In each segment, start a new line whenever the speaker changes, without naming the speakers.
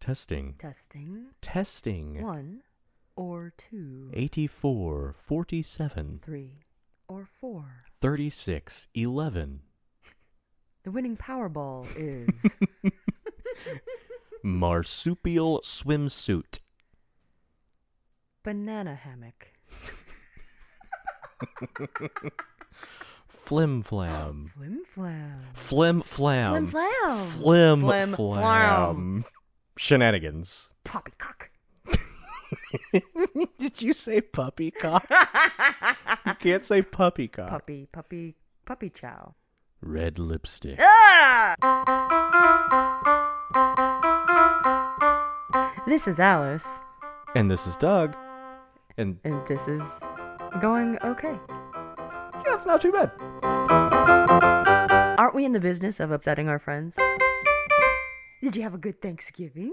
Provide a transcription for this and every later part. Testing.
Testing.
Testing.
One or two.
84, 47,
Three or four.
36, 11.
The winning Powerball is
Marsupial swimsuit.
banana hammock.
Flim flam.
Flim flam.
Flim flam.
Flim flam.
Flim
Flim
flam. Shenanigans.
Poppycock.
Did you say puppycock? you can't say puppycock.
Puppy, puppy, puppy chow.
Red lipstick.
Ah! This is Alice,
And this is Doug. And
and this is going okay.
yeah, it's not too bad.
Aren't we in the business of upsetting our friends? Did you have a good Thanksgiving?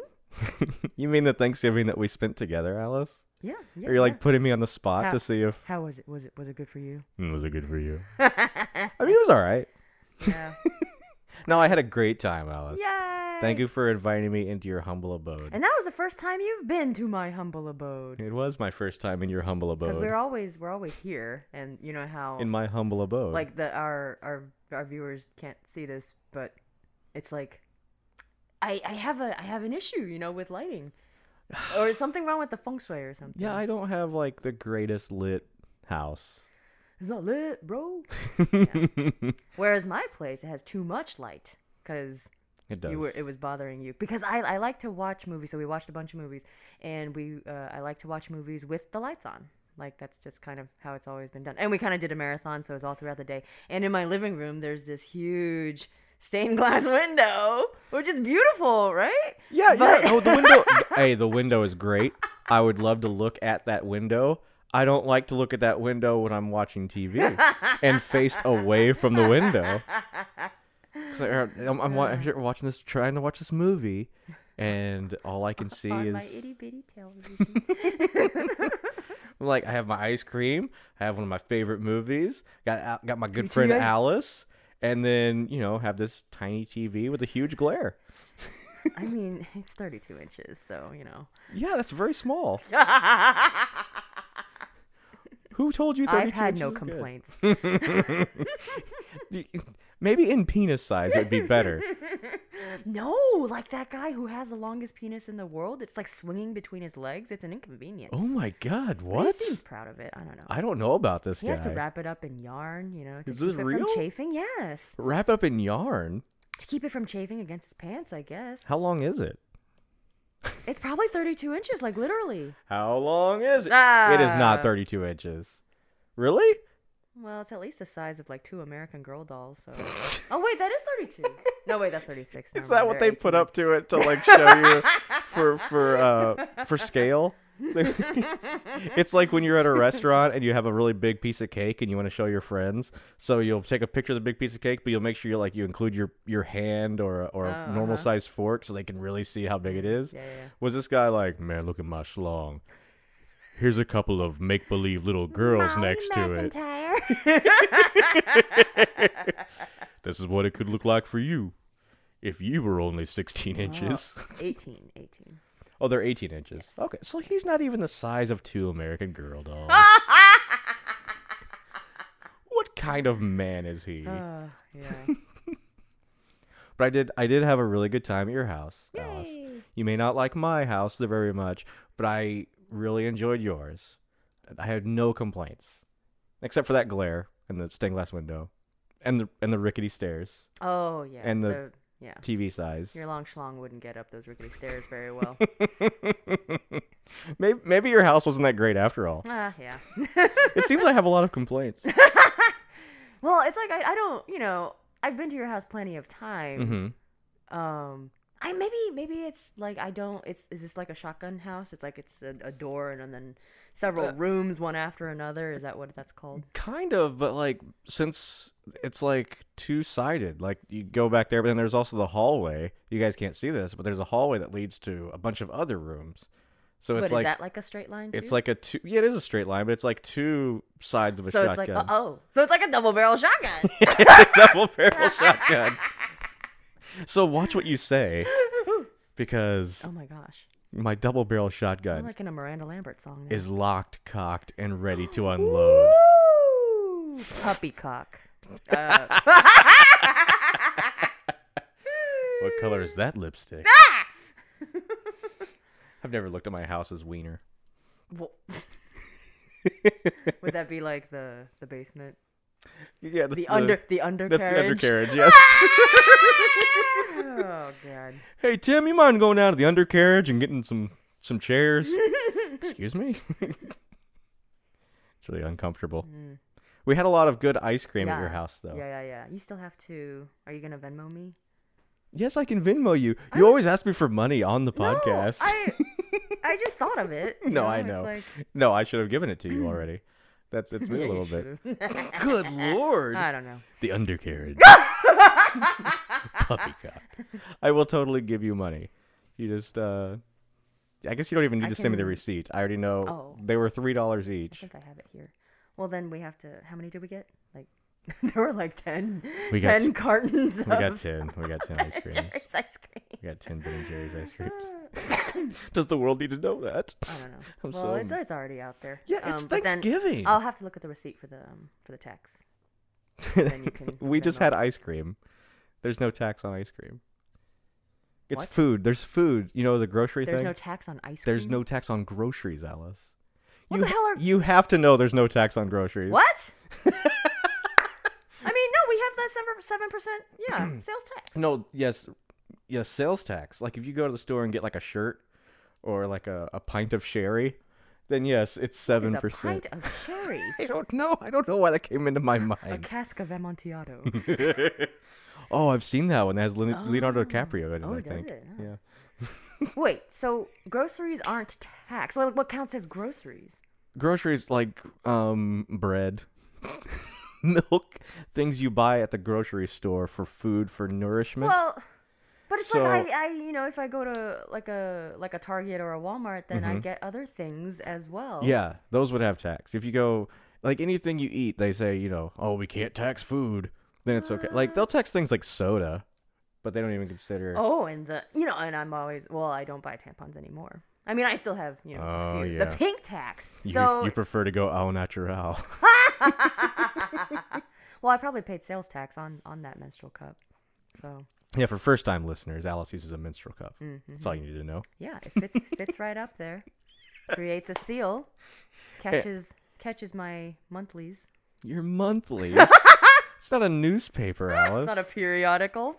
you mean the Thanksgiving that we spent together, Alice?
Yeah. yeah
Are you like
yeah.
putting me on the spot to
How-
see if
How was it? Was it was it good for you?
Mm, was it good for you? I mean, it was all right.
Yeah.
No, I had a great time, Alice.
Yay!
Thank you for inviting me into your humble abode.
And that was the first time you've been to my humble abode.
It was my first time in your humble
Because
abode.
we're always we're always here, and you know how
in my humble abode.
like the our our our viewers can't see this, but it's like I I have a I have an issue, you know, with lighting, or is something wrong with the feng shui or something?
yeah, I don't have like the greatest lit house.
it's not lit, bro. Whereas my place it has too much light because
it does.
you were it was bothering you because I I like to watch movies, so we watched a bunch of movies, and we uh, I like to watch movies with the lights on. Like that's just kind of how it's always been done. And we kind of did a marathon, so it was all throughout the day. And in my living room, there's this huge stained glass window, which is beautiful, right?
yeah,
But-
yeah. No, the window. hey, the window is great. I would love to look at that window. I don't like to look at that window when I'm watching TV and faced away from the window. 'Cause I- I'm, I'm wa- I'm watching this, trying to watch this movie, and all I can see
on
is
my itty bitty television.
I'm like I have my ice cream, I have one of my favorite movies, got Al- got my good friend Alice, and then you know have this tiny TV with a huge glare.
I mean, it's 32 inches, so you know.
Yeah, that's very small. Who told you? 32
I've had no
inches is good?
complaints.
Y- Maybe in penis size it'd be better.
No, like that guy who has the longest penis in the world. It's like swinging between his legs. It's an inconvenience.
oh my god,
He
what?
seems proud of it. I don't know.
I don't know about this
he
guy.
has to wrap it up in yarn, you know, to
Is
keep
this
it from
real?
chafing. Yes,
Wrap up in yarn.
to keep it from chafing against his pants. I guess
How long is it?
it's probably 32 inches, like literally.
How long is it? It is
Ah.
not 32 inches. Really?
Well, it's at least the size of like two American Girl dolls. So, oh wait, that is 32. No, wait, that's 36.
Is
Never
that
mind,
what
they're
they put
18.
up to it to like show you for for uh for scale? it's like when you're at a restaurant and you have a really big piece of cake and you want to show your friends. So you'll take a picture of the big piece of cake, but you'll make sure you like you include your your hand or a- or a
Oh, Mm,
normal sized fork so they can really see how big it is.
Yeah, yeah, yeah.
Was this guy like, man, look at my schlong. Here's a couple of make believe little girls next to it. This is what it could look like for you if you were only 16 inches.
18, 18.
Oh, they're 18 inches. Okay, so he's not even the size of two American Girl dolls. what kind of man is he?
Uh, yeah.
but I did, I did have a really good time at your house, Alice. You may not like my house very much, but I really enjoyed yours. I had no complaints, except for that glare and the stained glass window, and the and the rickety stairs,
Oh yeah.
And the-
yeah.
TV size.
Your long schlong wouldn't get up those rickety stairs very well.
maybe maybe your house wasn't that great after all.
Ah, yeah.
It seems I have a lot of complaints.
well, it's like I, I don't, you know, I've been to your house plenty of times.
Mm-hmm.
Um, I maybe maybe it's like I don't. It's is this like a shotgun house? It's like it's a, a door and, then several rooms, one after another. Is that what that's called?
Kind of, but like since it's like two sided, like you go back there, but then there's also the hallway. You guys can't see this, but there's a hallway that leads to a bunch of other rooms. So
But
it's
is
like
that like a straight line?
it's
too?
like a two. Yeah, it is a straight line, but it's like two sides of a
so. It's
shotgun.
like uh, oh, so it's like a oh. double barrel shotgun.
it's a double barrel shotgun. So watch what you say. because
Oh my gosh.
my double barrel shotgun
I'm like in a Miranda Lambert song now.
is locked, cocked, and ready to unload.
Woo! Puppy cock. Uh,
What color is that lipstick?
Ah!
I've never looked at my house's wiener.
wo- Would that be like the the basement?
Yeah, that's
The under the undercarriage.
that's the undercarriage. Yes.
oh god.
hey Tim, you mind going down to the undercarriage and getting some some chairs? Excuse me. it's really uncomfortable. We had a lot of good ice cream at your
Mm. Yeah.
house, though.
Yeah, yeah, yeah. You still have to. Are you gonna Venmo me?
Yes, I can Venmo you. You always ask me for money on the podcast.
No, I I just thought of it. you
no, I
It's
know.
like-
No, I should have given it to you already. That's it's me
Yeah,
a
you
little bit.
should've.
Good lord.
I don't know.
The undercarriage. Puppycock. I will totally give you money. You just uh I guess you don't even need
I
to send me the
can-
receipt. I already know
Oh.
they were three dollars
I
each.
think I have it here. Well, then we have to. How many did we get? Like there were like ten.
We got
10
t-
cartons.
We got ten. We got ten ice creams.
Jerry's ice cream.
We got ten Ben and Jerry's ice creams. Does the world need to know that?
I don't know.
I'm
well,
so-
it's, it's already out there.
Yeah, it's
Um, but then
Thanksgiving.
I'll have to look at the receipt for the um, for the tax. then you can
we just
Venmo.
had ice cream. There's no tax on ice cream. It's
What?
food. There's food. You know the grocery
There's
thing.
no tax on ice cream.
There's no tax on groceries, Alice.
What
you,
the hell are-
you have to know there's no tax on groceries.
What? I mean, no, we have that seven percent. Yeah, sales tax.
No, yes, yes, sales tax. Like if you go to the store and get like a shirt or like a, a pint of sherry, then yes, it's seven
It's a pint
percent.
of sherry.
I don't know. I don't know why that came into my
A
mind.
cask of Amontillado.
Oh, I've seen that one. That has Leon- Leonardo DiCaprio in it.
Oh,
I
does
think.
it?
Yeah.
Wait, so groceries aren't taxed? Well, what counts as groceries?
Groceries like um bread, milk, things you buy at the grocery store for food for nourishment.
Well, but it's like
So-
I, I, you know, if I go to like a like a Target or a Walmart, then I get other things as well.
Mm-hmm. Yeah, those would have tax. If you go like anything you eat, they say, you know, oh, we can't tax food. Then it's okay. Like they'll tax things like soda, but they don't even consider.
Oh, and the you know, and I'm always well, I don't buy tampons anymore. I mean, I still have you know a
Oh,
few.
yeah.
the pink tax.
you,
So
you prefer to go au naturel.
well, I probably paid sales tax on on that menstrual cup. So
yeah, for first time listeners, Alice uses a menstrual cup.
Mm-hmm.
That's all you need to know.
yeah, it fits fits right up there. Creates a seal, catches catches my monthlies.
Your monthlies. it's not a newspaper, Alice.
It's not a periodical.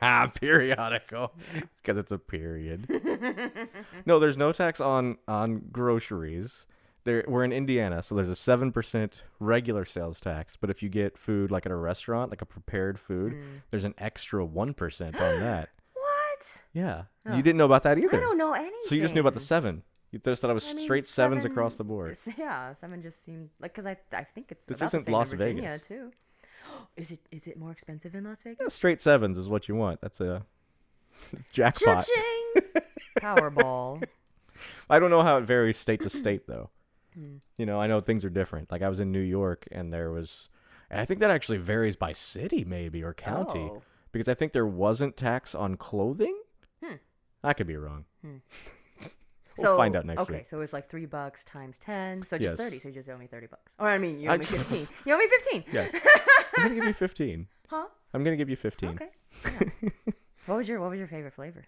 ah, periodical because it's a period. no, there's no tax on on groceries. There, we're in Indiana, so there's a seven percent regular sales tax. But if you get food like at a restaurant, like a prepared food, there's an extra one percent on that.
what?
Yeah, you didn't know about that either.
I don't know anything.
so you just knew about the seven. You just thought it was
I mean,
straight sevens across the
seven-
board.
it's- Yeah, seven just seemed like because I I think it's
This
about the
isn't
same in
Las
Virginia,
Vegas.
too. Is it is it more expensive in Las
Yeah,
Vegas?
straight sevens is what you want. That's a it's jackpot.
Cha-ching! Powerball.
I don't know how it varies state to state though.
Hmm.
You know, I know things are different. Like I was in New York and there was and I think that actually varies by city maybe or county
Oh.
because I think there wasn't tax on clothing.
Hmm.
I could be wrong. we'll find out next
okay,
week.
so it's like three bucks times ten, so just
Yes.
thirty. So you just owe me thirty bucks. Or I mean, you owe
I-
me fifteen. you owe me fifteen.
Yes. I'm going to give you 15.
Huh?
I'm going to give you 15.
Okay. yeah. what was your What was your favorite flavor?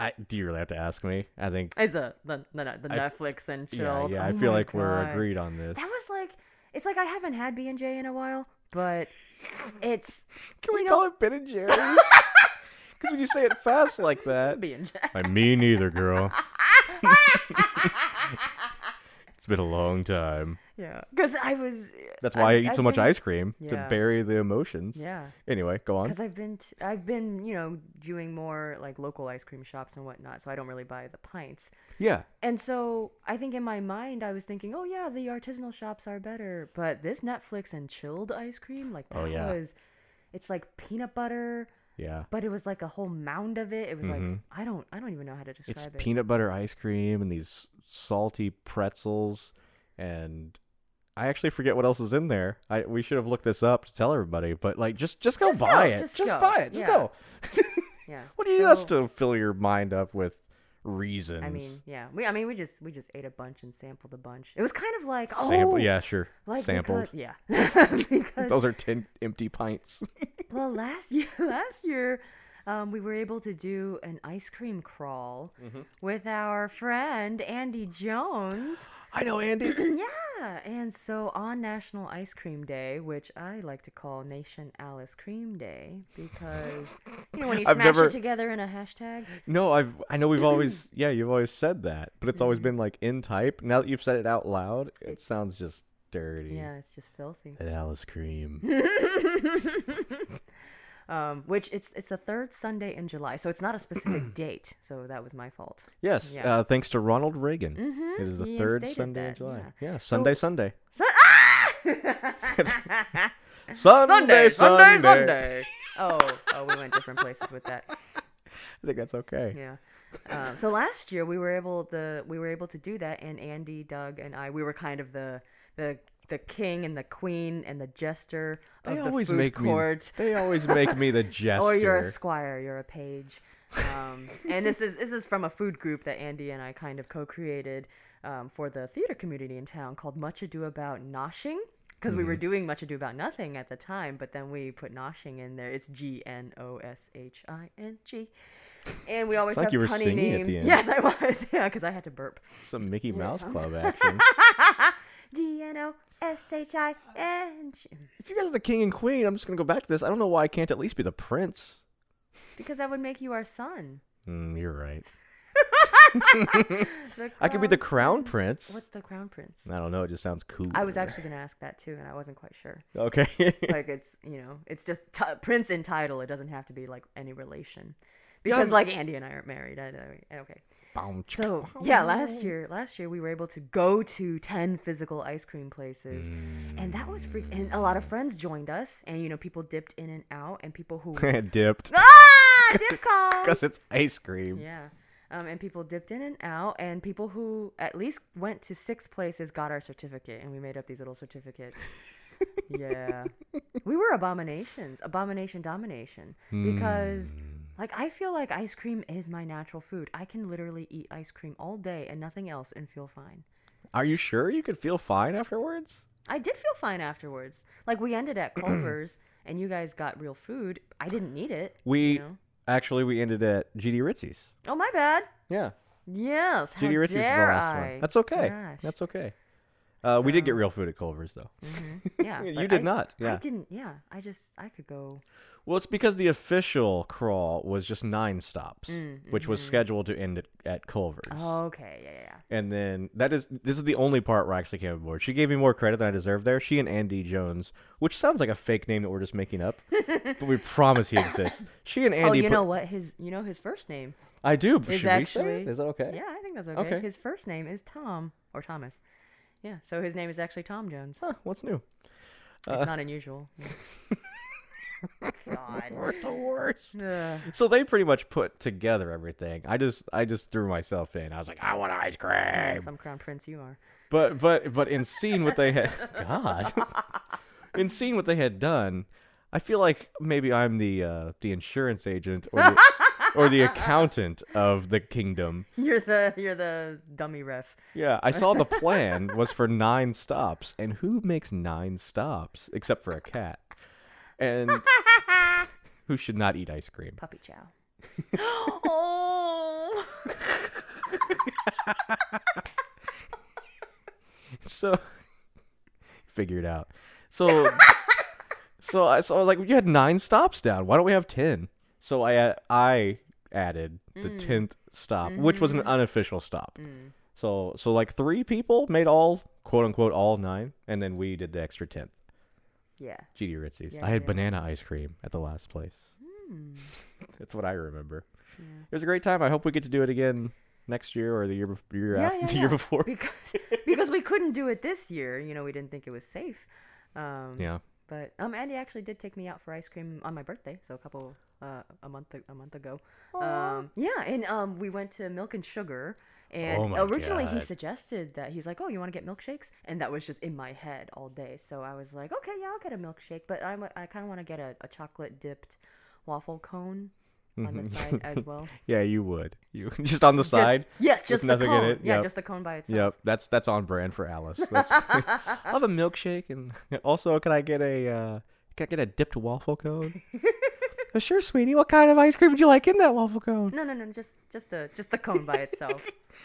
I, do you really have to ask me? I think
Is a the no, no, the
I-
Netflix and chill.
yeah, yeah, I
Oh
feel
my
like we're
God.
agreed on this.
That was like it's like I haven't had B and J in a while, but it's
Can we
you know-
call it Ben and Jerry's? Cuz when you say it fast like that,
B and J.
Like, me neither, girl. it's been a long time.
Yeah, because I was.
That's why I, eat so much
been-
ice cream to
Yeah.
bury the emotions.
Yeah.
Anyway, go on.
Because I've been, t- I've been, you know, doing more like local ice cream shops and whatnot, so I don't really buy the pints.
Yeah.
And so I think in my mind I was thinking, oh yeah, the artisanal shops are better, but this Netflix and chilled ice cream, like that
Oh, yeah.
was, it's like peanut butter,
Yeah.
but it was like a whole mound of it. It was like I don't, I don't even know how to describe
Mm-hmm. It's
it.
peanut butter ice cream and these salty pretzels and I actually forget what else is in there. I we should have looked this up to tell everybody, but like just just go
Just
buy
go,
it. Just,
just go.
buy it. Just
Yeah.
go.
Yeah.
What do you need us
So,
to fill your mind up with reasons?
I mean, yeah. We I mean we just we just ate a bunch and sampled a bunch. It was kind of like oh
sample. yeah, sure.
like
Sampled.
because- yeah. because
Those are ten empty pints.
well last year last year um, we were able to do an ice cream crawl
Mm-hmm.
with our friend Andy Jones.
I know, Andy.
yeah, and so on National Ice Cream Day, which I like to call Nation Alice Cream Day, because you know when you
I've
smash
never-
it together in a hashtag.
No, I've I know we've always yeah, you've always said that, but it's
Mm-hmm.
always been like in type. Now that you've said it out loud, it sounds just dirty.
Yeah, it's just filthy.
That Alice cream.
Um, which it's it's the third Sunday in July, so it's not a specific date. So that was my fault.
yes,
Yeah. Mm-hmm.
uh, thanks to Ronald Reagan. It is the
he
third
instated
Sunday in
that,
July.
yeah.
Yeah, Sunday, Sunday,
So- ah!
Sunday,
Oh, oh, we went different places with that.
I think that's okay.
Yeah. Um, so last year we were able the we were able to do that, and Andy, Doug, and I we were kind of the the the king and the queen and the jester
They
of
always
the food
make
court.
me. They always make me the jester.
or you're a squire, you're a page. Um, and this is this is from a food group that Andy and I kind of co-created um, for the theater community in town called Much Ado About Noshing. Because
Mm-hmm.
we were doing Much Ado About Nothing at the time, but then we put noshing in there. It's G N O S H I N G, and we always
like
have
you were
punny
singing at
names.
the end.
Yes, I was. Yeah, because I had to burp.
Some Mickey Mouse Club action.
G N O S H I N G,
if you guys are the king and queen, I'm just gonna go back to this. I don't know why I can't at least be the prince.
because that would make you our son.
Mm, you're right.
The
I could be the crown
crown-
prince.
What's the crown prince?
I don't know. It just sounds cool.
I was actually going to ask that too, and I wasn't quite sure.
okay.
Like it's you know, it's just t- prince in title. It doesn't have to be like any relation, because like Andy and I aren't married. I, I, okay, so yeah, last year, last year we were able to go to ten physical ice cream places, and that was freak. And a lot of friends joined us, and you know, people dipped in and out, and people who
dipped
ah dip calls.
because it's ice cream.
Yeah. Um, and people dipped in and out, and people who at least went to six places got our certificate, and we made up these little certificates. yeah. We were abominations, abomination domination. Because,
Hmm.
like, I feel like ice cream is my natural food. I can literally eat ice cream all day and nothing else and feel fine.
Are you sure you could feel fine afterwards?
I did feel fine afterwards. Like, we ended at Culver's, and you guys got real food. I didn't need it.
We
know?
actually we ended at GD Ritzy's.
Oh, my bad.
Yeah,
Yes. How
GD Ritzy's was the
dare
last
I?
one. That's okay.
Gosh.
That's okay. Uh, We did get real food at Culver's though.
Yeah,
You
but
did
I-
not,
I
yeah.
didn't. Yeah, I just I could go.
Well, it's because the official crawl was just nine stops,
Mm,
which
mm-hmm.
was scheduled to end at, at Culver's.
Okay, yeah, yeah,
And then that is this is the only part where I actually came aboard. She gave me more credit than I deserved there. She and Andy Jones, which sounds like a fake name that we're just making up, but we promise he exists. She and
yeah.
Andy.
oh, you
put-
know what? His you know his first name
I do. but
is
should we say it?
actually
Is that okay?
Yeah, I think that's okay.
Okay.
His first name is Tom or Thomas. Yeah, so his name is actually Tom Jones.
Huh, what's new? Uh.
it's not unusual. God.
We're the worst.
Ugh.
So they pretty much put together everything. I just I just threw myself in. I was like, I want ice cream.
Some crown prince you are.
But but but in seeing what they had God in seeing what they had done, I feel like maybe I'm the uh, the insurance agent or the, or the accountant of the kingdom.
You're the you're the dummy ref.
Yeah, I saw the plan was for nine stops, and who makes nine stops except for a cat, and who should not eat ice cream?
Puppy chow. oh.
So figure it out. So so I so I was like, you had nine stops down. Why don't we have ten? So I a- I added the
Mm.
tenth stop, which was an
Mm-hmm.
unofficial stop. So so like three people made all quote unquote all nine, and then we did the extra tenth.
Yeah.
GD Ritzy's.
Yeah, Hmm.
I had
yeah.
banana ice cream at the last place. That's what I remember. It was a great time. I hope we get to do it again next year or the year, bef- year
Yeah,
after
yeah,
the
yeah.
year before.
because because we couldn't do it this year. You know, we didn't think it was safe. Um,
Yeah.
But um, Andy actually did take me out for ice cream on my birthday, so a couple uh, a month a month ago. Um, yeah, and um, we went to Milk and Sugar. And
Oh my
originally he
God.
suggested that he's like, "Oh, you want to get milkshakes?" And that was just in my head all day. So I was like, "Okay, yeah, I'll get a milkshake, but I'm, I kind of want to get a, a chocolate dipped waffle cone." on the side as well.
Yeah, you would. You just on the side.
Just, yes,
with
just
nothing
the
in
cone.
it?
Yeah,
Yep.
just the cone by itself.
Yep, that's that's on brand for Alice. That's, I'll have a milkshake, and also, can I get a uh, can I get a dipped waffle cone? "Oh, sure, sweetie. What kind of ice cream would you like in that waffle cone?
No, no, no, just just a just the cone by itself.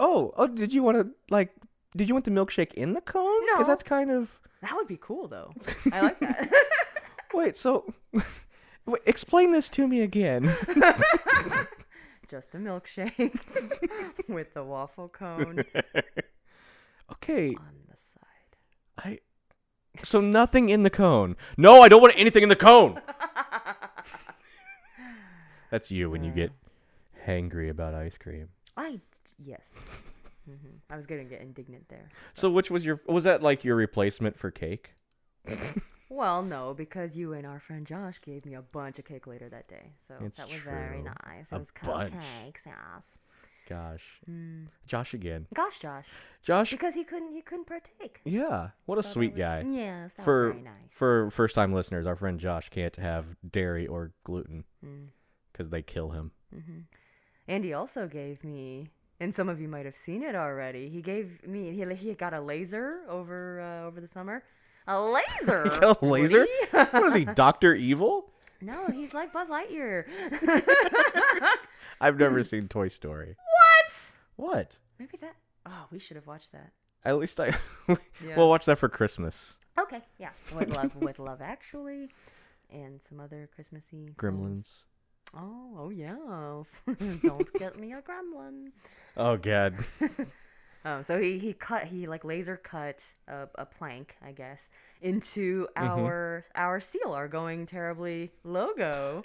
Oh, oh, did you want to like? Did you want the milkshake in the cone?
No.
that's kind of
That would be cool though. I like that.
wait. So, wait, explain this to me again.
just a milkshake with the waffle cone
okay,
on the side.
I. So nothing in the cone. No, I don't want anything in the cone. That's you when you get hangry about ice cream.
I yes. hmm I was gonna get indignant there.
So which was your was that like your replacement for cake?
Well, no, because you and our friend Josh gave me a bunch of cake later that day, so
It's
that was very
true.
nice.
A
It was
bunch.
cupcakes, yes.
Gosh.
Mm.
Josh again.
Gosh, Josh,
Josh
because he couldn't he couldn't partake.
Yeah. What a
So that
sweet
was-
guy.
Yes, that
For
was very nice.
for first time listeners, our friend Josh can't have dairy or gluten
Mm.
cuz they kill him.
And he also gave me, and some of you might have seen it already. He gave me he he got a laser over uh, over the summer. A laser.
Got a laser?
Woody?
What is he, Doctor Evil?
no, he's like Buzz Lightyear.
I've never seen Toy Story.
what?
What?
Maybe that. Oh, we should have watched that.
At least I
Yeah.
We'll watch that for Christmas.
Okay, yeah. With love, with love, actually, and some other Christmassy films.
Gremlins.
Oh, oh yes. Don't get me a gremlin.
Oh god.
Um, so he, he cut he like laser cut a, a plank, I guess, into
Mm-hmm.
our our seal, our going terribly logo.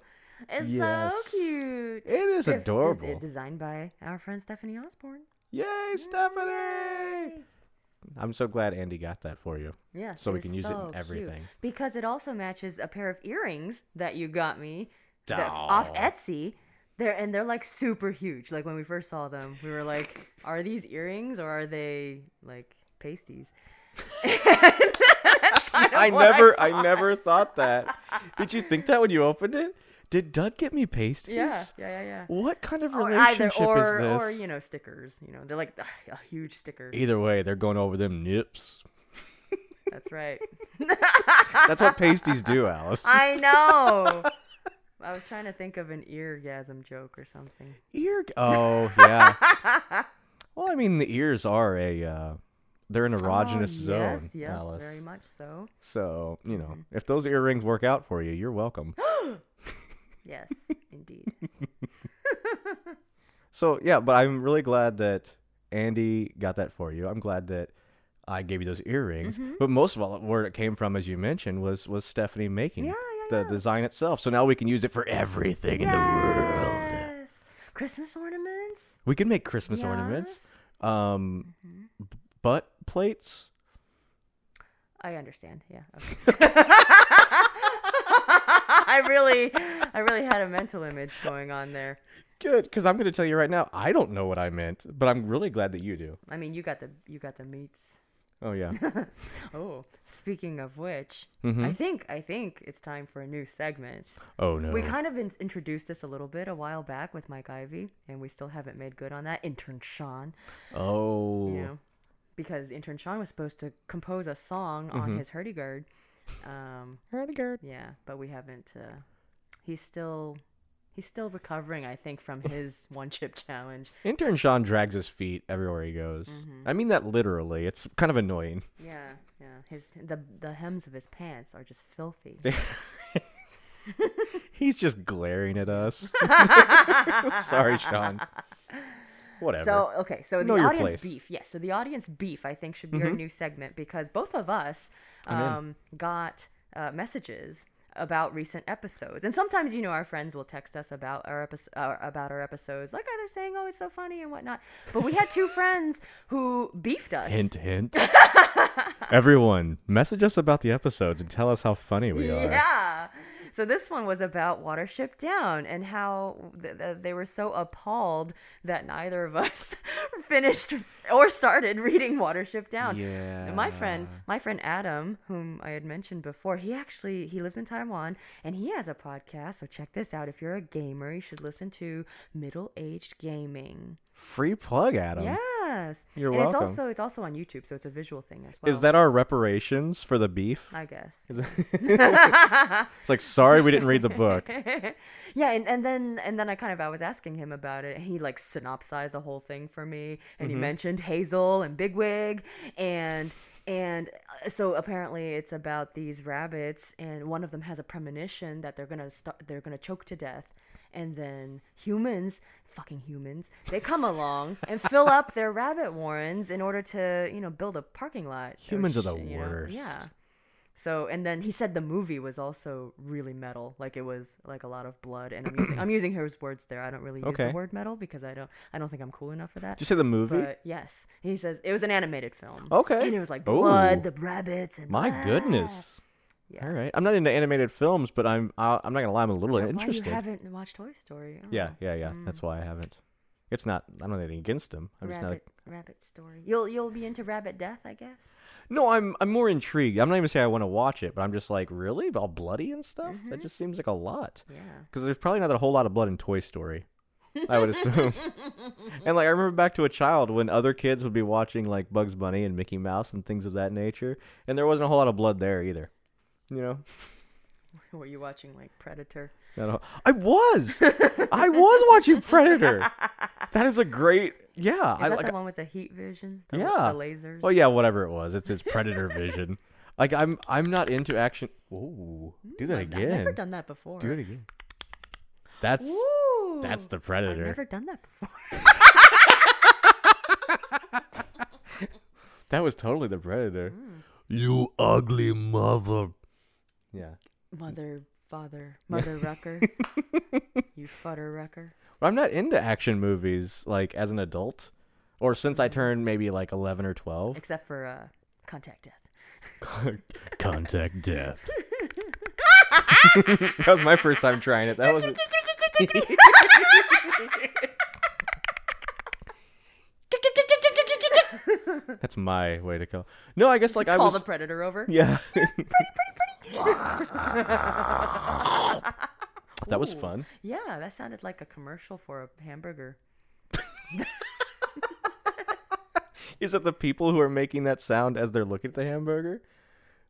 It's
Yes.
so cute.
It is
Def- des-
adorable.
designed by our friend Stephanie Osborne.
Yay, Stephanie! I'm so glad Andy got that for you.
Yeah.
So we
is
can use it in
so cute.
everything.
Because it also matches a pair of earrings that you got me that-
Doll.
off Etsy. They're and they're like super huge. Like when we first saw them, we were like, "Are these earrings or are they like pasties?"
I
what I
never, I, never thought that. Did you think that when you opened it? Did Doug get me pasties?
Yeah, yeah, yeah, yeah.
What kind of
Or
relationship
or,
is this?
or you know stickers. You know they're like a huge sticker.
Either way, they're going over them nips.
That's right.
That's what pasties do, Alice.
I know. I was trying to think of an eargasm joke or something.
Ear. Oh yeah. well, I mean, the ears are a. Uh, they're an erogenous
oh,
zone,
Yes, yes,
Alice.
very mm-hmm. much so.
So you know, if those earrings work out for you, you're welcome.
Yes, indeed.
So yeah, but I'm really glad that Andy got that for you. I'm glad that I gave you those earrings.
Mm-hmm.
But most of all, where it came from, as you mentioned, was was Stephanie making
Yeah,
the
yeah,
design itself. So now we can use it for everything in the world.
Yes. Christmas ornaments.
We can make Christmas ornaments,
Yes. Mm-hmm.
um, b- butt plates.
I understand. Yeah. Okay. I really, I really had a mental image going on there.
Good, because I'm going to tell you right now, I don't know what I meant, but I'm really glad that you do.
I mean, you got the you got the meats.
Oh yeah,
Oh, speaking of which,
Mm-hmm.
I think I think it's time for a new segment.
oh no,
We kind of in- introduced this a little bit a while back with Mike Ivy, and we still haven't made good on that. Intern Sean,
oh
you know, because intern Sean was supposed to compose a song on his Hurdyguard. Um,
Herdegard.
yeah, but we haven't. Uh, he's still he's still recovering, I think, from his one chip challenge.
Intern Sean drags his feet everywhere he goes.
Mm-hmm.
I mean that literally. It's kind of annoying.
Yeah, yeah. His the the hems of his pants are just filthy.
He's just glaring at us. Sorry, Sean. Whatever.
So okay, so
Know
the
your
audience
place. Mm-hmm.
beef, yes. So the audience beef, I think, should be our new segment because both of us um, got uh, messages about recent episodes, and sometimes you know our friends will text us about our episodes, uh, about our episodes, like oh, they're saying, "Oh, it's so funny" and whatnot. But we had two friends who beefed us.
hint, hint. Everyone, message us about the episodes and tell us how funny we are.
Yeah. So this one was about Watership Down and how th- th- they were so appalled that neither of us finished or started reading Watership Down.
Yeah.
And my friend,
Uh.
my friend Adam, whom I had mentioned before, he actually he lives in Taiwan and he has a podcast. So check this out. If you're a gamer, you should listen to Middle Aged Gaming.
Free plug, Adam.
Yes.
Mm. You're
and
welcome.
It's also it's also on YouTube, so it's a visual thing as well.
Is that our reparations for the beef?
I guess.
It's like, sorry we didn't read the book.
yeah, and, and then and then I kind of I was asking him about it, and he like synopsized the whole thing for me,
Mm-hmm.
and he mentioned Hazel and Bigwig, and and uh, so apparently it's about these rabbits, and one of them has a premonition that they're gonna start, they're gonna choke to death, and then humans. Fucking humans! They come along and fill up their rabbit warrens in order to, you know, build a parking lot. or
Humans are the
you know,
worst.
Yeah, so and then he said the movie was also really metal, like it was like a lot of blood. And I'm using I'm using his words there. I don't really use
Okay.
the word metal because I don't I don't think I'm cool enough for that.
Did you say the movie?
But yes, he says it was an animated film.
Okay.
and it was like
Ooh.
blood, the rabbits, and
My
blah.
goodness.
Yeah.
All right. I'm not into animated films, but I'm I, I'm not gonna lie, I'm a little
Why
interested.
you haven't watched Toy Story? I don't
yeah,
know.
yeah, yeah. That's
Mm.
why I haven't. It's not. I don't have anything against them. I'm just not.
rabbit, rabbit story. You'll you'll be into rabbit death, I guess.
No, I'm. I'm more intrigued. I'm not even saying I want to watch it, but I'm just like, really, all bloody and stuff. That
Mm-hmm.
just seems like a lot.
Yeah.
Because there's probably not a whole lot of blood in Toy Story. I would assume. and like I remember back to a child when other kids would be watching like Bugs Bunny and Mickey Mouse and things of that nature, and there wasn't a whole lot of blood there either. You know,
Were you watching like Predator?
Not a whole- I was, I was watching Predator. That is a great, yeah.
Is
I
that
like,
the one with the heat vision? The,
yeah. Oh,
The lasers.
Well, yeah, whatever it was, it's his Predator vision. Like I'm, I'm not into action. Ooh, do that
I've, I've never
again.
done that before.
Do it again. That's
Ooh,
that's the Predator.
I've never done that before.
That was totally the predator.
Mm.
You ugly mother. Yeah.
Mother, father, mother rucker. you futter rucker.
But I'm not into action movies like as an adult or since I turned maybe like 11 or 12.
Except for uh, contact death.
Contact death. that was my first time trying it. That wasn't. That's my way to go. No, I guess like I
Call
was.
the predator over.
Yeah. that was fun.
Yeah, that sounded like a commercial for a hamburger.
Is it the people who are making that sound as they're looking at the hamburger?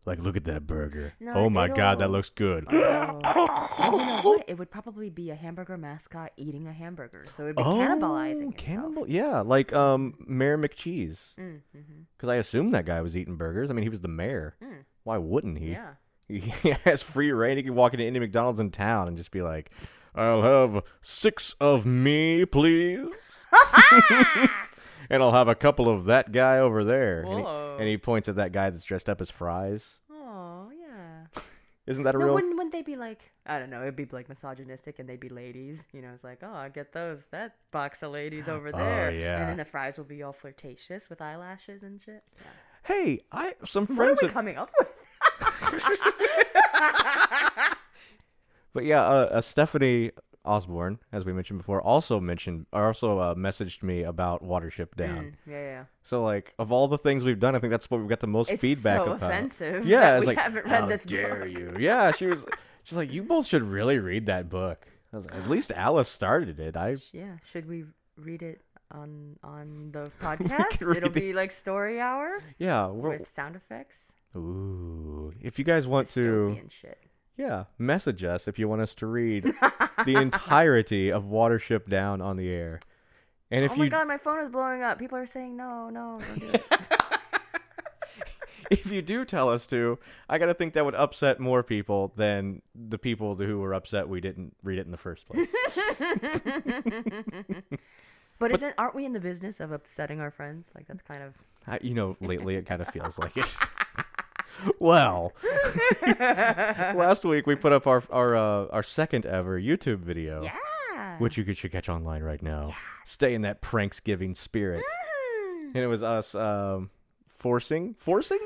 Like, look at that burger.
No,
oh my
they
god, that
don't.
looks good.
And
Oh.
you know what? It would probably be a hamburger mascot eating a hamburger, so it'd be cannibalizing itself.
Oh, cannibal- Yeah, like um, Mayor McCheese. Because I assumed that guy was eating burgers. I mean, he was the mayor. Why wouldn't he?
Yeah.
He has free reign. He can walk into any McDonald's in town and just be like, "I'll have six of me, please." And I'll have a couple of that guy over there. And he,
Whoa.
and he points at that guy that's dressed up as fries.
Oh yeah.
Isn't that a
No,
real?
wouldn't, wouldn't they be like? I don't know. It'd be like misogynistic, and they'd be ladies. You know, it's like, oh, I get those that box of ladies over there.
Oh, yeah.
And then the fries will be all flirtatious with eyelashes and shit. Yeah.
Hey, I some
What are
friends.
we
that-
coming up with?
But yeah, uh, uh, Stephanie Osborne, as we mentioned before, also mentioned or also uh, messaged me about Watership Down.
Yeah, yeah.
So like, of all the things we've done, I think that's what we've got the most
It's
feedback
so
about.
offensive
Yeah,
that
it's
we
like,
haven't read
"How
this
dare
book."
you? Yeah, she was. She's like, you both should really read that book. I was like, At least Alice started it. I
Yeah. Should we read it on on the
can
podcast?
read
It'll
it.
be like story hour
yeah. We're,
with sound effects.
ooh, if you guys want to,
dystopian shit.
yeah, message us if you want us to read the entirety of Watership Down on the air. And if
Oh
you
my god, my phone is blowing up. People are saying no, no, don't do it.
if you do tell us to, I gotta think that would upset more people than the people who were upset we didn't read it in the first place.
But isn't aren't we in the business of upsetting our friends? Like that's kind of
I, you know, lately it kind of feels like it. well,
Uh-huh.
last week we put up our our uh, our second ever YouTube video,
yeah.
which you could should catch online right now. Stay in that
Mm.
pranksgiving spirit, and it was us um, forcing forcing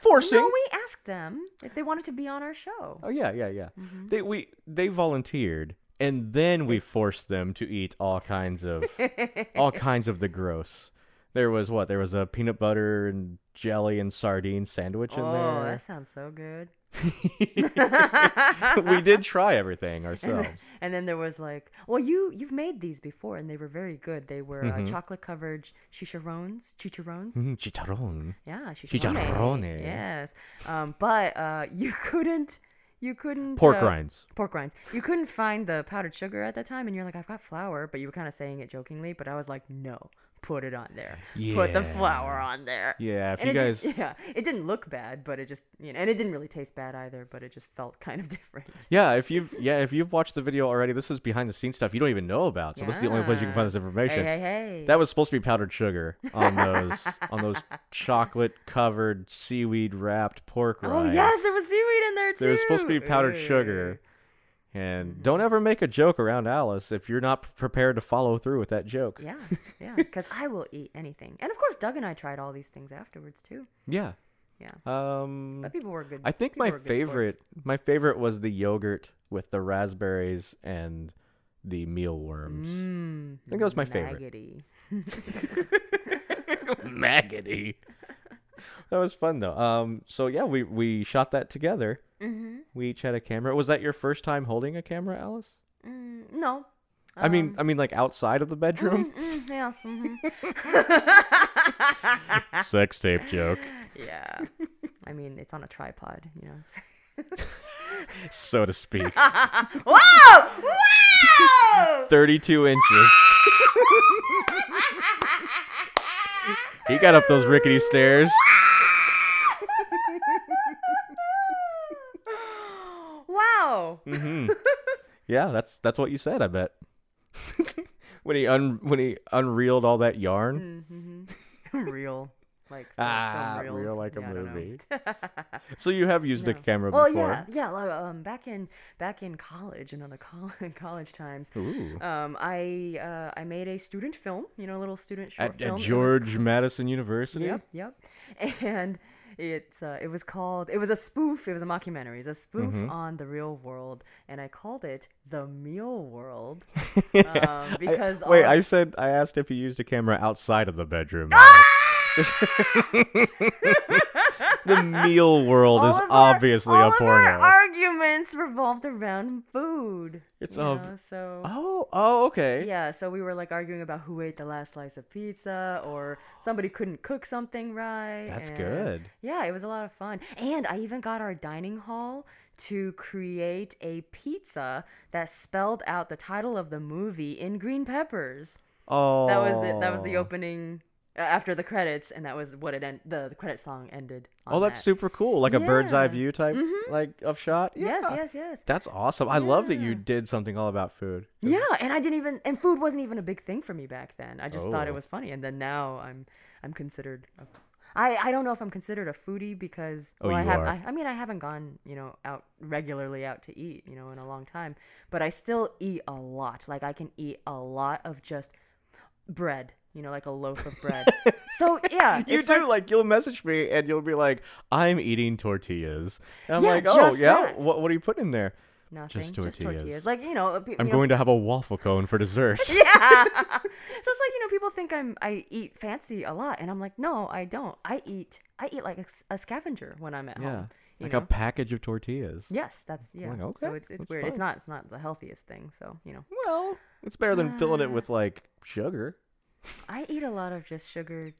forcing.
No, we asked them if they wanted to be on our show.
Oh yeah, yeah, yeah.
Mm-hmm.
They we they volunteered and then we forced them to eat all kinds of all kinds of the gross. There was what? There was a peanut butter and jelly and sardine sandwich in
oh,
there.
that sounds so good.
we did try everything ourselves.
And then there was like, well, you you've made these before, and they were very good. They were
Mm-hmm.
uh, chocolate covered chicharrones, chicharrones.
Mm, Chicharron.
Yeah, chicharrone.
Chicharrone.
Yes, um, but uh, you couldn't. You couldn't
Pork
uh,
rinds.
Pork rinds. You couldn't find the powdered sugar at that time, and you're like, I've got flour, but you were kind of saying it jokingly. But I was like, no, put it on there. Put the
Yeah.
flour on there.
Yeah, if
And
you
it
guys
did- yeah, it didn't look bad, but it just, you know, and it didn't really taste bad either, but it just felt kind of different.
Yeah, if you've yeah, if you've watched the video already, this is behind the scenes stuff you don't even know about. So this is the only place you can find this information.
Hey, hey, hey.
That was supposed to be powdered sugar on those on those chocolate covered seaweed wrapped pork
oh,
rinds.
yes, there was seaweed in there too.
There was supposed to be powdered
Ooh.
sugar. And don't ever make a joke around Alice if you're not prepared to follow through with that joke.
Yeah, yeah, because I will eat anything. And of course, Doug and I tried all these things afterwards too.
Yeah.
Yeah.
Um
But people were good.
I think
people
my
were good sports.
favorite my favorite was the yogurt with the raspberries and the mealworms.
Mm,
I think that was my favorite.
maggoty.
maggoty. That was fun though. Um, so yeah, we we shot that together.
Mhm.
We each had a camera. Was that your first time holding a camera, Alice?
Mm, no.
I
Um,
mean, I mean, like outside of the bedroom.
Mm, yes. mhm. Ah.
Sex tape joke.
yeah. I mean, it's on a tripod, you know. it's-
so to speak.
Whoa! Whoa!
32 inches. he got up those rickety stairs.
wow.
hmm Yeah, that's that's what you said, I bet. when he un when he unreeled all that yarn.
real. Like from- from
Ah,
reels.
real like a
Yeah, I don't know.
movie. So you have used the camera
Mm. well,
before.
yeah, yeah. like, Um, back in back in college, another col- college times.
Ooh.
Um, I uh, I made a student film. You know, a little student short
At,
film.
at
It was-
George Madison University.
Yep, yep. And it's uh, it was called it was a spoof. It was a mockumentary. It was a spoof
Mm-hmm.
on the real world, and I called it the Meal World um, because
Wait,
all-
I said I asked if he used a camera outside of the bedroom.
Ah!
Alice. the meal world
all
is
of our-
obviously
all
a
of
porno.
Our arguments revolved around food.
It's
you
ob-
know, so.
Oh, oh, okay.
Yeah, so we were like arguing about who ate the last slice of pizza or somebody couldn't cook something right.
That's
and-
good.
Yeah, it was a lot of fun. And I even got our dining hall to create a pizza that spelled out the title of the movie in green peppers.
Oh,
That was the, that was the opening uh, after the credits and that was what it end the, the credit song ended on
Oh, that's
that.
super cool. Like a bird's eye
Yeah. Mm-hmm.
view type, like of shot.
Yes,
Yeah.
yes, yes.
That's awesome. I love that you did something all about food.
Yeah, and I didn't even and food wasn't even a big thing for me back then. I just thought
Oh.
it was funny, and then now I'm I'm considered. A, I I don't know if I'm considered a foodie because
Oh,
well, I
you
have
are.
I, I mean I haven't gone you know out regularly out to eat you know in a long time, but I still eat a lot. Like I can eat a lot of just bread, you know, like a loaf of bread. so yeah,
You
it's
do
like-
like, you'll message me and you'll be like, "I'm eating tortillas," and I'm
Yeah,
like, "Oh
just
yeah,
that.
what what are you putting in there?"
nothing, just tortillas.
tortillas.
Like you know, pe-
I'm
you know,
going to have a waffle cone for dessert.
yeah. so it's like you know people think I'm I eat fancy a lot, and I'm like, no, I don't. I eat I eat like a, s- a scavenger when I'm at
yeah,
home. You
like
know?
a package of tortillas.
yes, that's yeah.
like,
so
okay,
it's it's
that's
weird. It's
fine.
not it's not the healthiest thing. So you know,
Well, it's better than filling it with like sugar.
I eat a lot of just sugar,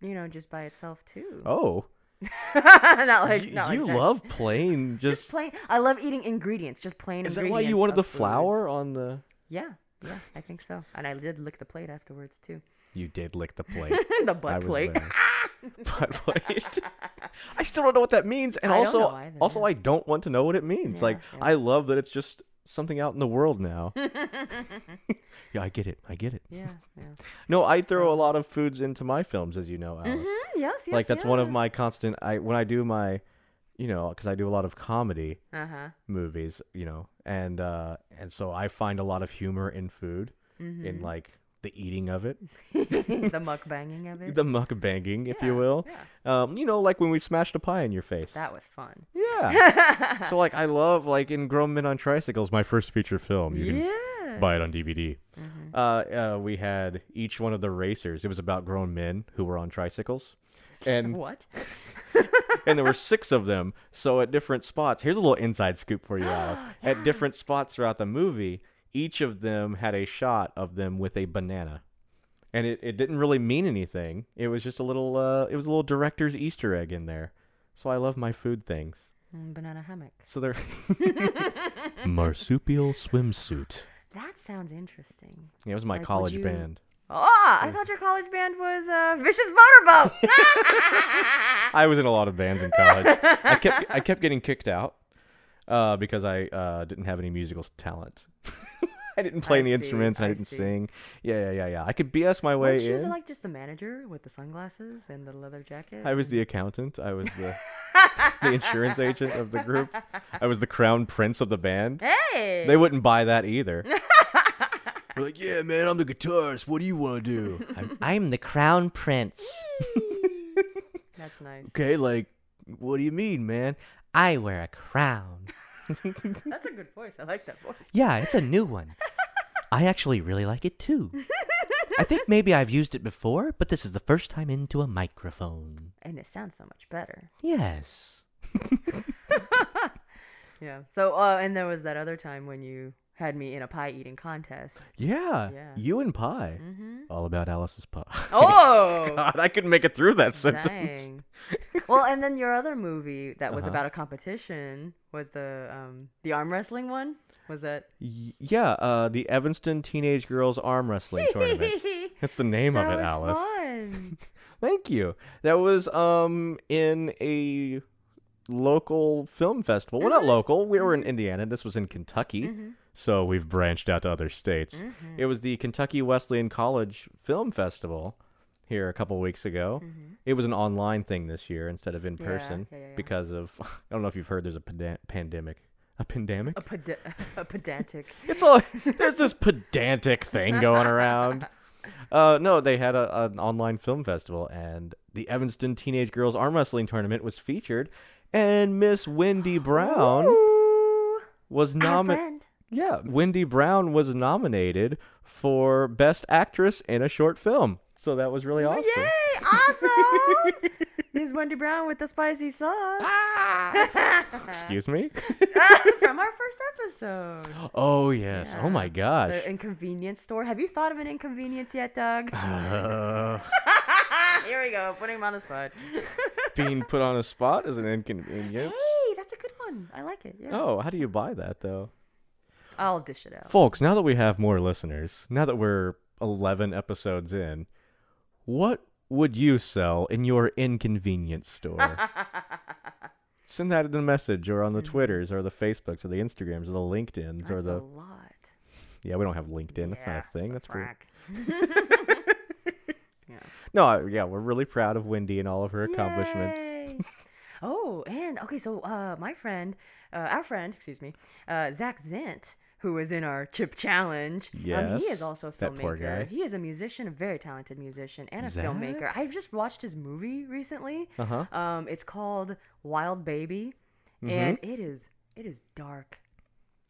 you know, just by itself too.
Oh,
not like
you,
not
you
like that.
love plain just.
Just plain. I love eating ingredients. Just plain.
Is that
ingredients
why you wanted
of
the
foods.
flour on the?
Yeah, yeah, I think so. And I did lick the plate afterwards too.
You did lick the plate.
the
I
butt
was
plate.
there. butt plate. I still don't know what that means, and
I don't
also,
know either,
also
yeah.
I don't want to know what it means.
Yeah,
like,
yeah.
I love that it's just something out in the world now. yeah, I get it. I get it.
yeah, yeah.
No, I throw a lot of foods into my films, as you know, Alice.
Mm, yes, yes.
like that's one of
yes.
my constant. I when I do my, you know, because I do a lot of comedy
Uh-huh. Mm-hmm.
movies, you know, and uh, and so I find a lot of humor in food, in like the eating of it,
the muck banging of it.
the muck banging, if you
Yeah,
will.
yeah.
Um, you know, like when we smashed a pie in your face.
That was fun.
yeah. so like I love like in Grown Men on Tricycles, my first feature film. You can
yeah. Mm-hmm.
buy it on DVD. Uh, uh, we had each one of the racers. It was about grown men who were on tricycles, and
What?
and there were six of them. So at different spots, here's a little inside scoop for you, Alice. At different spots throughout the movie, each of them had a shot of them with a banana, and it, it didn't really mean anything. It was just a little uh, it was a little director's Easter egg in there. So I love my food things.
Mm, Banana hammock.
So they're marsupial swimsuit.
That sounds interesting.
Yeah, it was my
Like, would
college
you-
band.
Oh, I thought your college band was uh, Vicious Motorboat.
I was in a lot of bands in college. I kept I kept getting kicked out uh, because I uh, didn't have any musical s- talent. I didn't play
I
any
see,
instruments and I,
I
didn't
see.
sing. Yeah, yeah, yeah, yeah. I could BS my way
Weren't you
in.
the, like just the manager with the sunglasses and the leather jacket?
I was the accountant. I was the the insurance agent of the group. I was the crown prince of the band.
Hey.
They wouldn't buy that either. We're like, yeah, man, I'm the guitarist. What do you want to do? I'm, I'm the crown prince.
That's nice.
okay, like, what do you mean, man? I wear a crown.
That's a good voice. I like that voice.
Yeah, it's a new one. I actually really like it too. I think maybe I've used it before, but this is the first time into a microphone.
And it sounds so much better.
Yes.
Yeah. So, uh, and there was that other time when you had me in a pie eating contest.
Yeah.
Yeah.
You and pie.
Mm-hmm.
All about Alice's pie.
Oh,
God, I couldn't make it through that sentence.
dang. well, and then your other movie that was
Uh-huh.
about a competition was the um the arm wrestling one. Was that?
Y- yeah, uh, the Evanston Teenage Girls Arm Wrestling Tournament. That's the name
that
of it,
was
Alice.
fun.
Thank you. That was um in a local film festival. Well, not
Mm-hmm.
local. We were in Indiana. This was in Kentucky. So we've branched out to other states.
Mm-hmm.
It was the Kentucky Wesleyan College Film Festival here a couple weeks ago. It was an online thing this year instead of in
Mm-hmm. Yeah,
person
yeah, yeah, yeah.
because of I don't know if you've heard there's a peda- pandemic. A pandemic?
a, peda- a pedantic.
It's all there's this pedantic thing going around. Uh, no, they had a, an online film festival, and the Evanston Teenage Girls Arm Wrestling Tournament was featured, and Miss Wendy Brown
Ooh,
was
our
nominated.
friend.
Yeah, Wendy Brown was nominated for Best Actress in a Short Film. So that was really awesome.
Yay! Awesome. Here's Wendy Brown with the spicy sauce
Ah! Excuse me.
from our first episode.
Oh yes. Oh my gosh.
The inconvenience store. Have you thought of an inconvenience yet, Doug?
Uh,
Here we go, putting him on the spot.
being put on a spot is an inconvenience.
hey, that's a good one. I like it. Yeah.
Oh, how do you buy that though?
I'll dish it out.
Folks, now that we have more listeners, now that we're 11 episodes in, what would you sell in your inconvenience store? Send that in a message or on the Twitters or the Facebooks or the Instagrams or the LinkedIns or
Mm-hmm. That's a
the.
lot.
Yeah, we don't have LinkedIn. That's not
Yeah,
a thing. That's pretty.
frack.
No, I- yeah, we're really proud of Wendy and all of her accomplishments.
Yay. oh, and okay, so uh, my friend, uh, our friend, excuse me, uh, Zach Zint, who was in our Chip Challenge. um, he
Yes,
is also a
that
filmmaker.
poor guy.
He is a musician, a very talented musician, and a filmmaker. I've just watched his movie recently.
Uh-huh.
Um, it's called Wild Baby, and
Mm-hmm.
it is it is dark.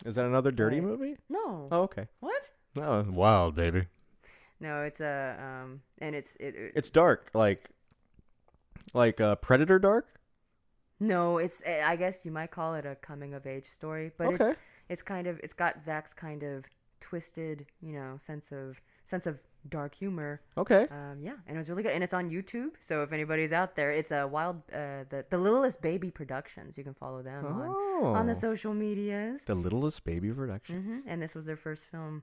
Is that another dirty
Right.
movie?
No,
Oh, okay.
what?
Oh, wild, baby.
No, it's a um, and it's it, it-
It's dark, like. Like uh, Predator Dark?
No, it's eh, I guess you might call it a coming of age story, but it's
Okay.
it's kind of it's got Zach's kind of twisted, you know, sense of sense of dark humor.
Okay.
Um, yeah, and it was really good, and it's on YouTube. So if anybody's out there, it's a wild uh, the the Littlest Baby Productions. You can follow them on on
Oh.
the social medias.
The Littlest Baby production.
hmm And this was their first film.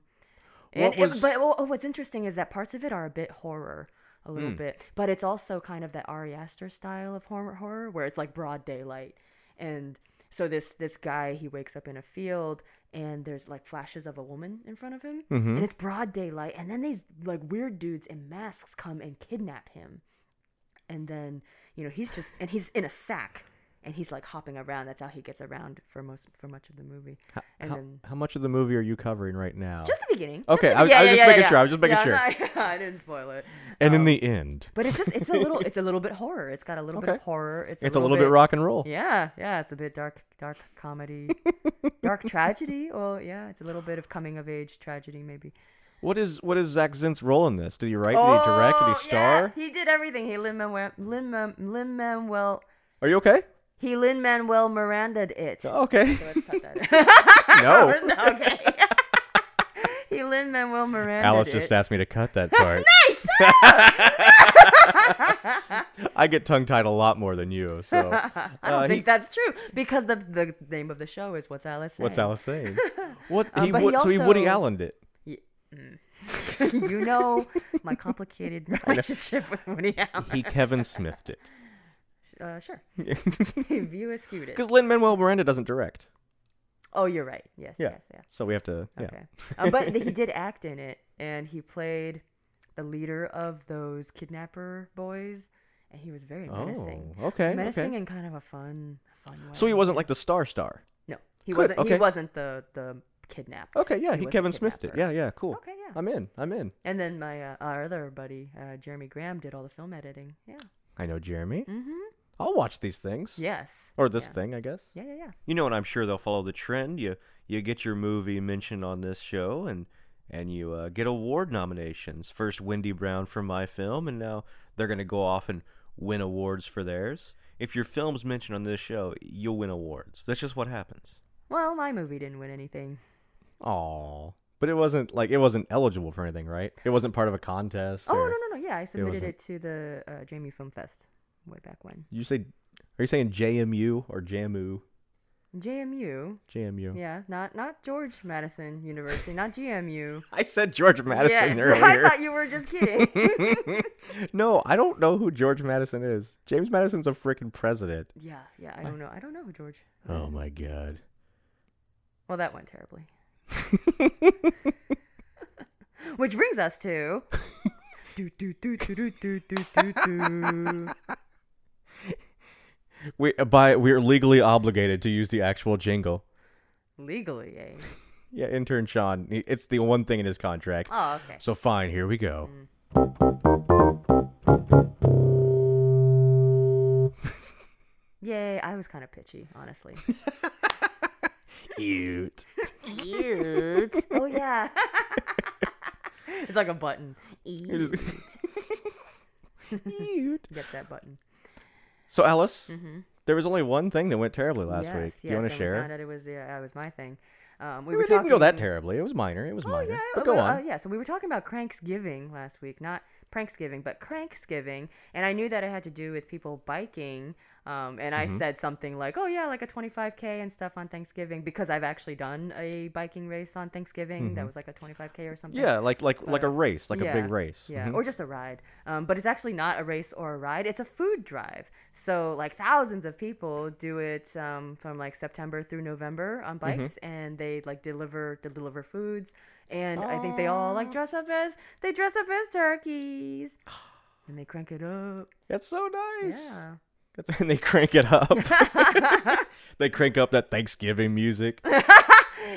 What
And it-
was-
but oh, oh, what's interesting is that parts of it are a bit horror, a little
Hmm.
bit, but it's also kind of that Ari Aster style of horror, horror where it's like broad daylight, and so this this guy he wakes up in a field and there's like flashes of a woman in front of him,
Mm-hmm.
and it's broad daylight, and then these like weird dudes in masks come and kidnap him, and then you know he's just and he's in a sack. and he's like hopping around. That's how he gets around for most for much of the movie. And
how,
then
how much of the movie are you covering right now?
just the beginning.
Okay,
just
I was- I was just making sure, I was just making
sure. I didn't spoil it.
and in
Um,
the end,
but it's just it's a little it's a little bit horror. It's got a little bit of
Okay.
horror. It's a
it's
little,
bit, rock and roll.
Yeah, yeah, it's a bit dark, dark comedy, dark tragedy. Well, yeah, it's a little bit of coming of age tragedy, maybe.
What is what is Zach Zint's role in this? Did he write? Did he direct?
Oh,
Did he star?
he did everything. He Lin Manuel Lin Manuel
Are you okay?
he Lin Manuel Miranda it.
Okay.
Let's cut that.
No.
okay. he Lin Manuel Miranda.
Alice just asked me to cut that part. I get tongue tied a lot more than you, so
I don't
uh,
think
he-
that's true because the the name of the show is what's Alice.
what's
Saying?
Alice saying? What
Um,
he,
but he
would, so he Woody
also-
Allen it.
you know my complicated relationship with Woody Allen.
He Kevin Smithed it.
Uh, sure.
Because
View askewed it.
Lin Manuel Miranda doesn't direct,
Oh, you're right. Yes,
Yeah.
yes, yeah.
so we have to. Yeah.
Okay. Uh, but th- he did act in it, and he played the leader of those kidnapper boys, and he was very menacing.
Oh, okay.
menacing
okay.
and kind of a fun, fun way.
So he wasn't like the star star.
No, he
Good,
wasn't.
okay.
He wasn't the the kidnapped.
Okay, yeah,
He
he,
was a
Kevin Smithed it.
kidnapper.
Yeah, yeah, cool.
Okay, yeah.
I'm in. I'm in.
And then my uh, our other buddy, uh, Jeremy Graham, did all the film editing. Yeah.
I know Jeremy.
Mm-hmm.
I'll watch these things.
Yes.
Or this
Yeah.
thing, I guess.
Yeah, yeah, yeah.
You know, and I'm sure they'll follow the trend. You you get your movie mentioned on this show, and and you uh, get award nominations. First, Wendy Brown for my film, and now they're going to go off and win awards for theirs. If your film's mentioned on this show, you'll win awards. That's just what happens.
Well, my movie didn't win anything.
Aw. But it wasn't like it wasn't eligible for anything, right? It wasn't part of a contest.
Oh
or-
no, no, no. Yeah, I submitted
wasn't.
it to the uh, Jamie Film Fest way back when.
You say, are you saying JMU or JAMU?
JMU.
JMU.
Yeah, not not George Madison University, not GMU.
I said George Madison
yes, I
earlier.
thought you were just kidding.
no, I don't know who George Madison is. James Madison's a freaking president.
yeah, yeah. I don't know. I don't know who George.
Oh my god.
Well, that went terribly. Which brings us to. do, do, do, do, do, do, do, do, do.
We by we're legally obligated to use the actual jingle.
Legally, eh?
Yeah, intern Sean, he- it's the one thing in his contract.
Oh, okay.
So fine, here we go.
Mm. Yay! I was kind of pitchy, honestly.
Cute.
Cute. oh yeah. it's like a button.
is-
Eat.
Cute.
Get that button.
So Alice, there was only one thing that went terribly last
Mm-hmm. yes,
week.
Yes,
Do you want
and
to
we
share?
Found out it was yeah, that was my thing. Um, we
It
were
didn't go that
talking-
terribly. It was minor. It was
Oh
minor.
yeah,
but
uh,
go
well,
on.
Uh, yeah, so we were talking about Cranksgiving last week, not Pranksgiving, but Cranksgiving, and I knew that it had to do with people biking. Um, and
Mm-hmm.
I said something like, "Oh yeah, like a 25k and stuff on Thanksgiving," because I've actually done a biking race on Thanksgiving that was like a 25k or something.
Mm-hmm. Yeah, like like like a race, like a
uh, Yeah,
big race.
Yeah,
Mhm.
or just a ride. Um, but it's actually not a race or a ride. It's a food drive. So like thousands of people do it um, from like September through November on
Mm-hmm.
bikes, and they like deliver they deliver foods. And I think they all like dress up as they dress up as turkeys, and they crank it up.
That's so nice.
Yeah.
That's, and they crank it up. they crank up that Thanksgiving music.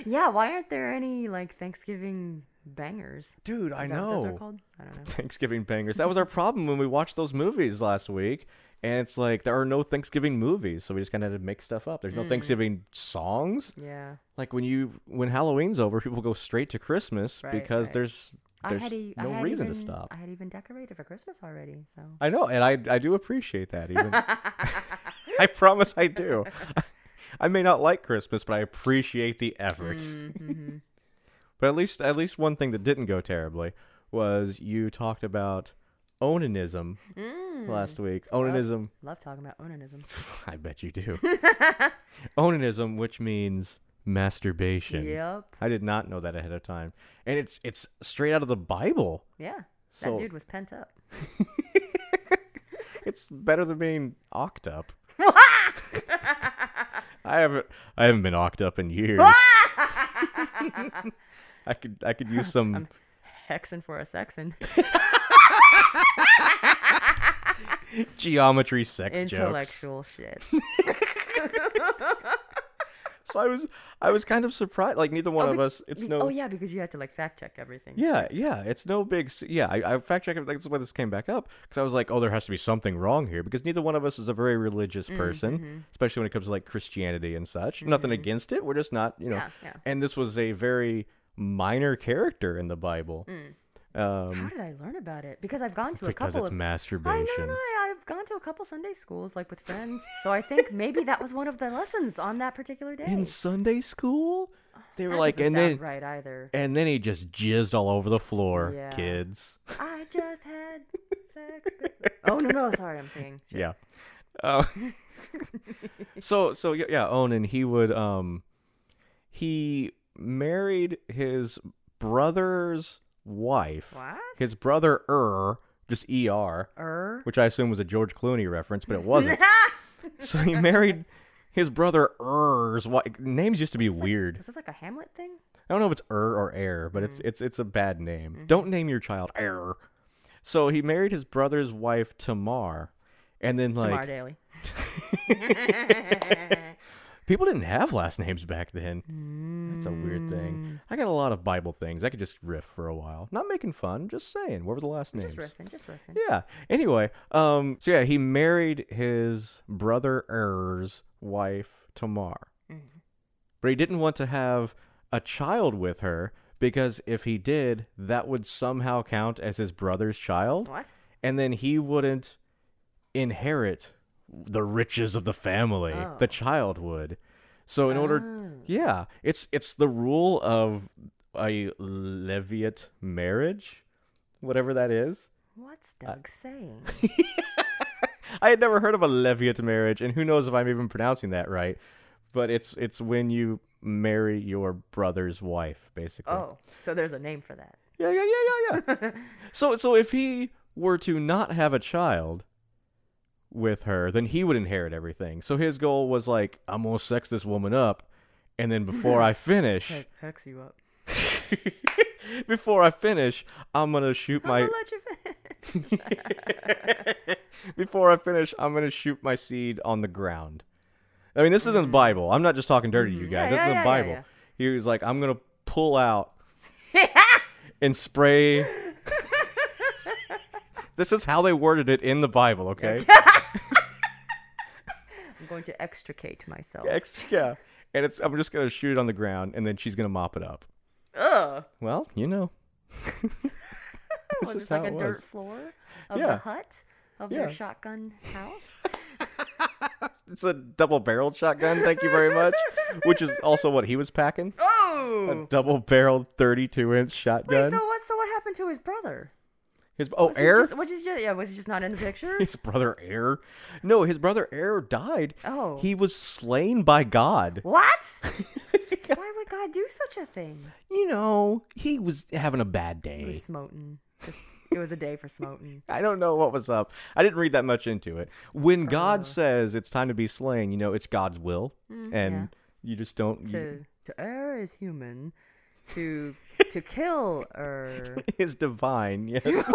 Yeah. Why aren't there any like Thanksgiving bangers?
Dude, I
Is that what those are
know.
called? I don't know.
Thanksgiving bangers. That was our problem when we watched those movies last week. And it's like there are no Thanksgiving movies, so we just kind of had to make stuff up. There's
Hmm.
no Thanksgiving songs.
Yeah.
Like when you when Halloween's over, people go straight to Christmas
Right,
because
right.
there's
I
there's
had e- I
no
had
reason to
even-
stop.
I had even decorated for Christmas already, so.
I know, and I I do appreciate that. Even I promise I do. I may not like Christmas, but I appreciate the effort. but at least at least one thing that didn't go terribly was you talked about onanism last week. Onanism,
Love talking about onanism.
I bet you do. onanism, which means masturbation.
Yep.
I did not know that ahead of time, and it's it's straight out of the Bible.
Yeah.
So-
that dude was pent up.
It's better than being ocked up. I haven't I haven't been ocked up in years. I could I could use some
Hexing for a sexin.
geometry sex jokes.
Intellectual shit.
So I was I was kind of surprised. Like neither one
Oh,
of
be-
us. It's
Be-
no.
Oh yeah, because you had to like fact check everything.
Yeah, yeah, it's no big. s- Yeah, I, I fact checked. That's why this came back up because I was like, oh, there has to be something wrong here because neither one of us is a very religious
Mm,
person,
mm-hmm.
especially when it comes to like Christianity and such. Nothing against it. We're just not, you know.
Yeah, yeah.
And this was a very minor character in the Bible um,
How did I learn about it? Because I've gone to Mm. a
because
couple
it's
of I
masturbation.
know, no, I, I've gone to a couple Sunday schools, like with friends. So I think maybe that was one of the lessons on that particular day.
In Sunday school, they were
That
like,
doesn't
and
sound
then
right either.
and then he just jizzed all over the floor,
Yeah.
kids.
I just had sex. With... Oh no, no, sorry, I'm saying.
Yeah. Uh, so so y- yeah, Onan he would um he married his brother's wife.
What?
His brother Er, just E R,
Er.
which I assume was a George Clooney reference, but it wasn't. so he married his brother Er's wife. Names used to be weird.
Is this like a Hamlet thing?
I don't know if it's Er or Air, but
Mm.
it's it's it's a bad name.
Mm-hmm.
Don't name your child Er. So he married his brother's wife Tamar, and then like
Tamar Daly.
People didn't have last names back then. That's a weird thing. I got a lot of Bible things. I could just riff for a while. Not making fun, just saying. What were the last names?
Just riffing, just riffing.
Yeah. Anyway, um, so yeah, he married his brother Er's wife Tamar, but he didn't want to have a child with her because if he did, that would somehow count as his brother's child,
What?
and then he wouldn't inherit the riches of the family.
Oh.
The child would. So in order, yeah, it's it's the rule of a leviate marriage, whatever that is.
What's Doug saying?
I had never heard of a leviate marriage, and who knows if I'm even pronouncing that right. But it's it's when you marry your brother's wife, basically.
Oh, so there's a name for that.
Yeah, yeah, yeah, yeah, yeah. so so if he were to not have a child with her, then he would inherit everything. So his goal was like, I'm gonna sex this woman up, and then before I finish,
Heck, hex you up.
before I finish, I'm gonna shoot
I'm
my
gonna let you finish.
before I finish, I'm gonna shoot my seed on the ground. I mean, this isn't the Bible. I'm not just talking dirty to you guys.
Mm. Mm-hmm. Yeah,
this
yeah,
isn't
yeah, yeah,
the Bible.
yeah.
He was like, I'm gonna pull out and spray. this is how they worded it in the Bible. Okay.
I'm going to extricate myself.
Ex- yeah. And it's I'm just gonna shoot it on the ground, and then she's gonna mop it up.
Ugh.
Well, you know.
Was
is
this like
how
a
it was.
dirt floor of
Yeah.
the hut of
Yeah.
their shotgun house?
It's a double-barreled shotgun. Thank you very much. Which is also what he was packing.
Oh.
A double-barreled 32-inch shotgun.
Wait, so what? So what happened to his brother?
His oh,
Was he
Air.
just- was he just- yeah, was he just not in the picture?
His brother Air. No, his brother Air died.
Oh.
He was slain by God.
what? Why would God do such a thing?
You know, he was having a bad
He
day.
was smoting. Just, it was a day for smoting.
I don't know what was up. I didn't read that much into it. When
Uh.
God says it's time to be slain, you know, it's God's will. and you just don't. you-
Mm, to to err is human. To to kill er.
is divine. Yes.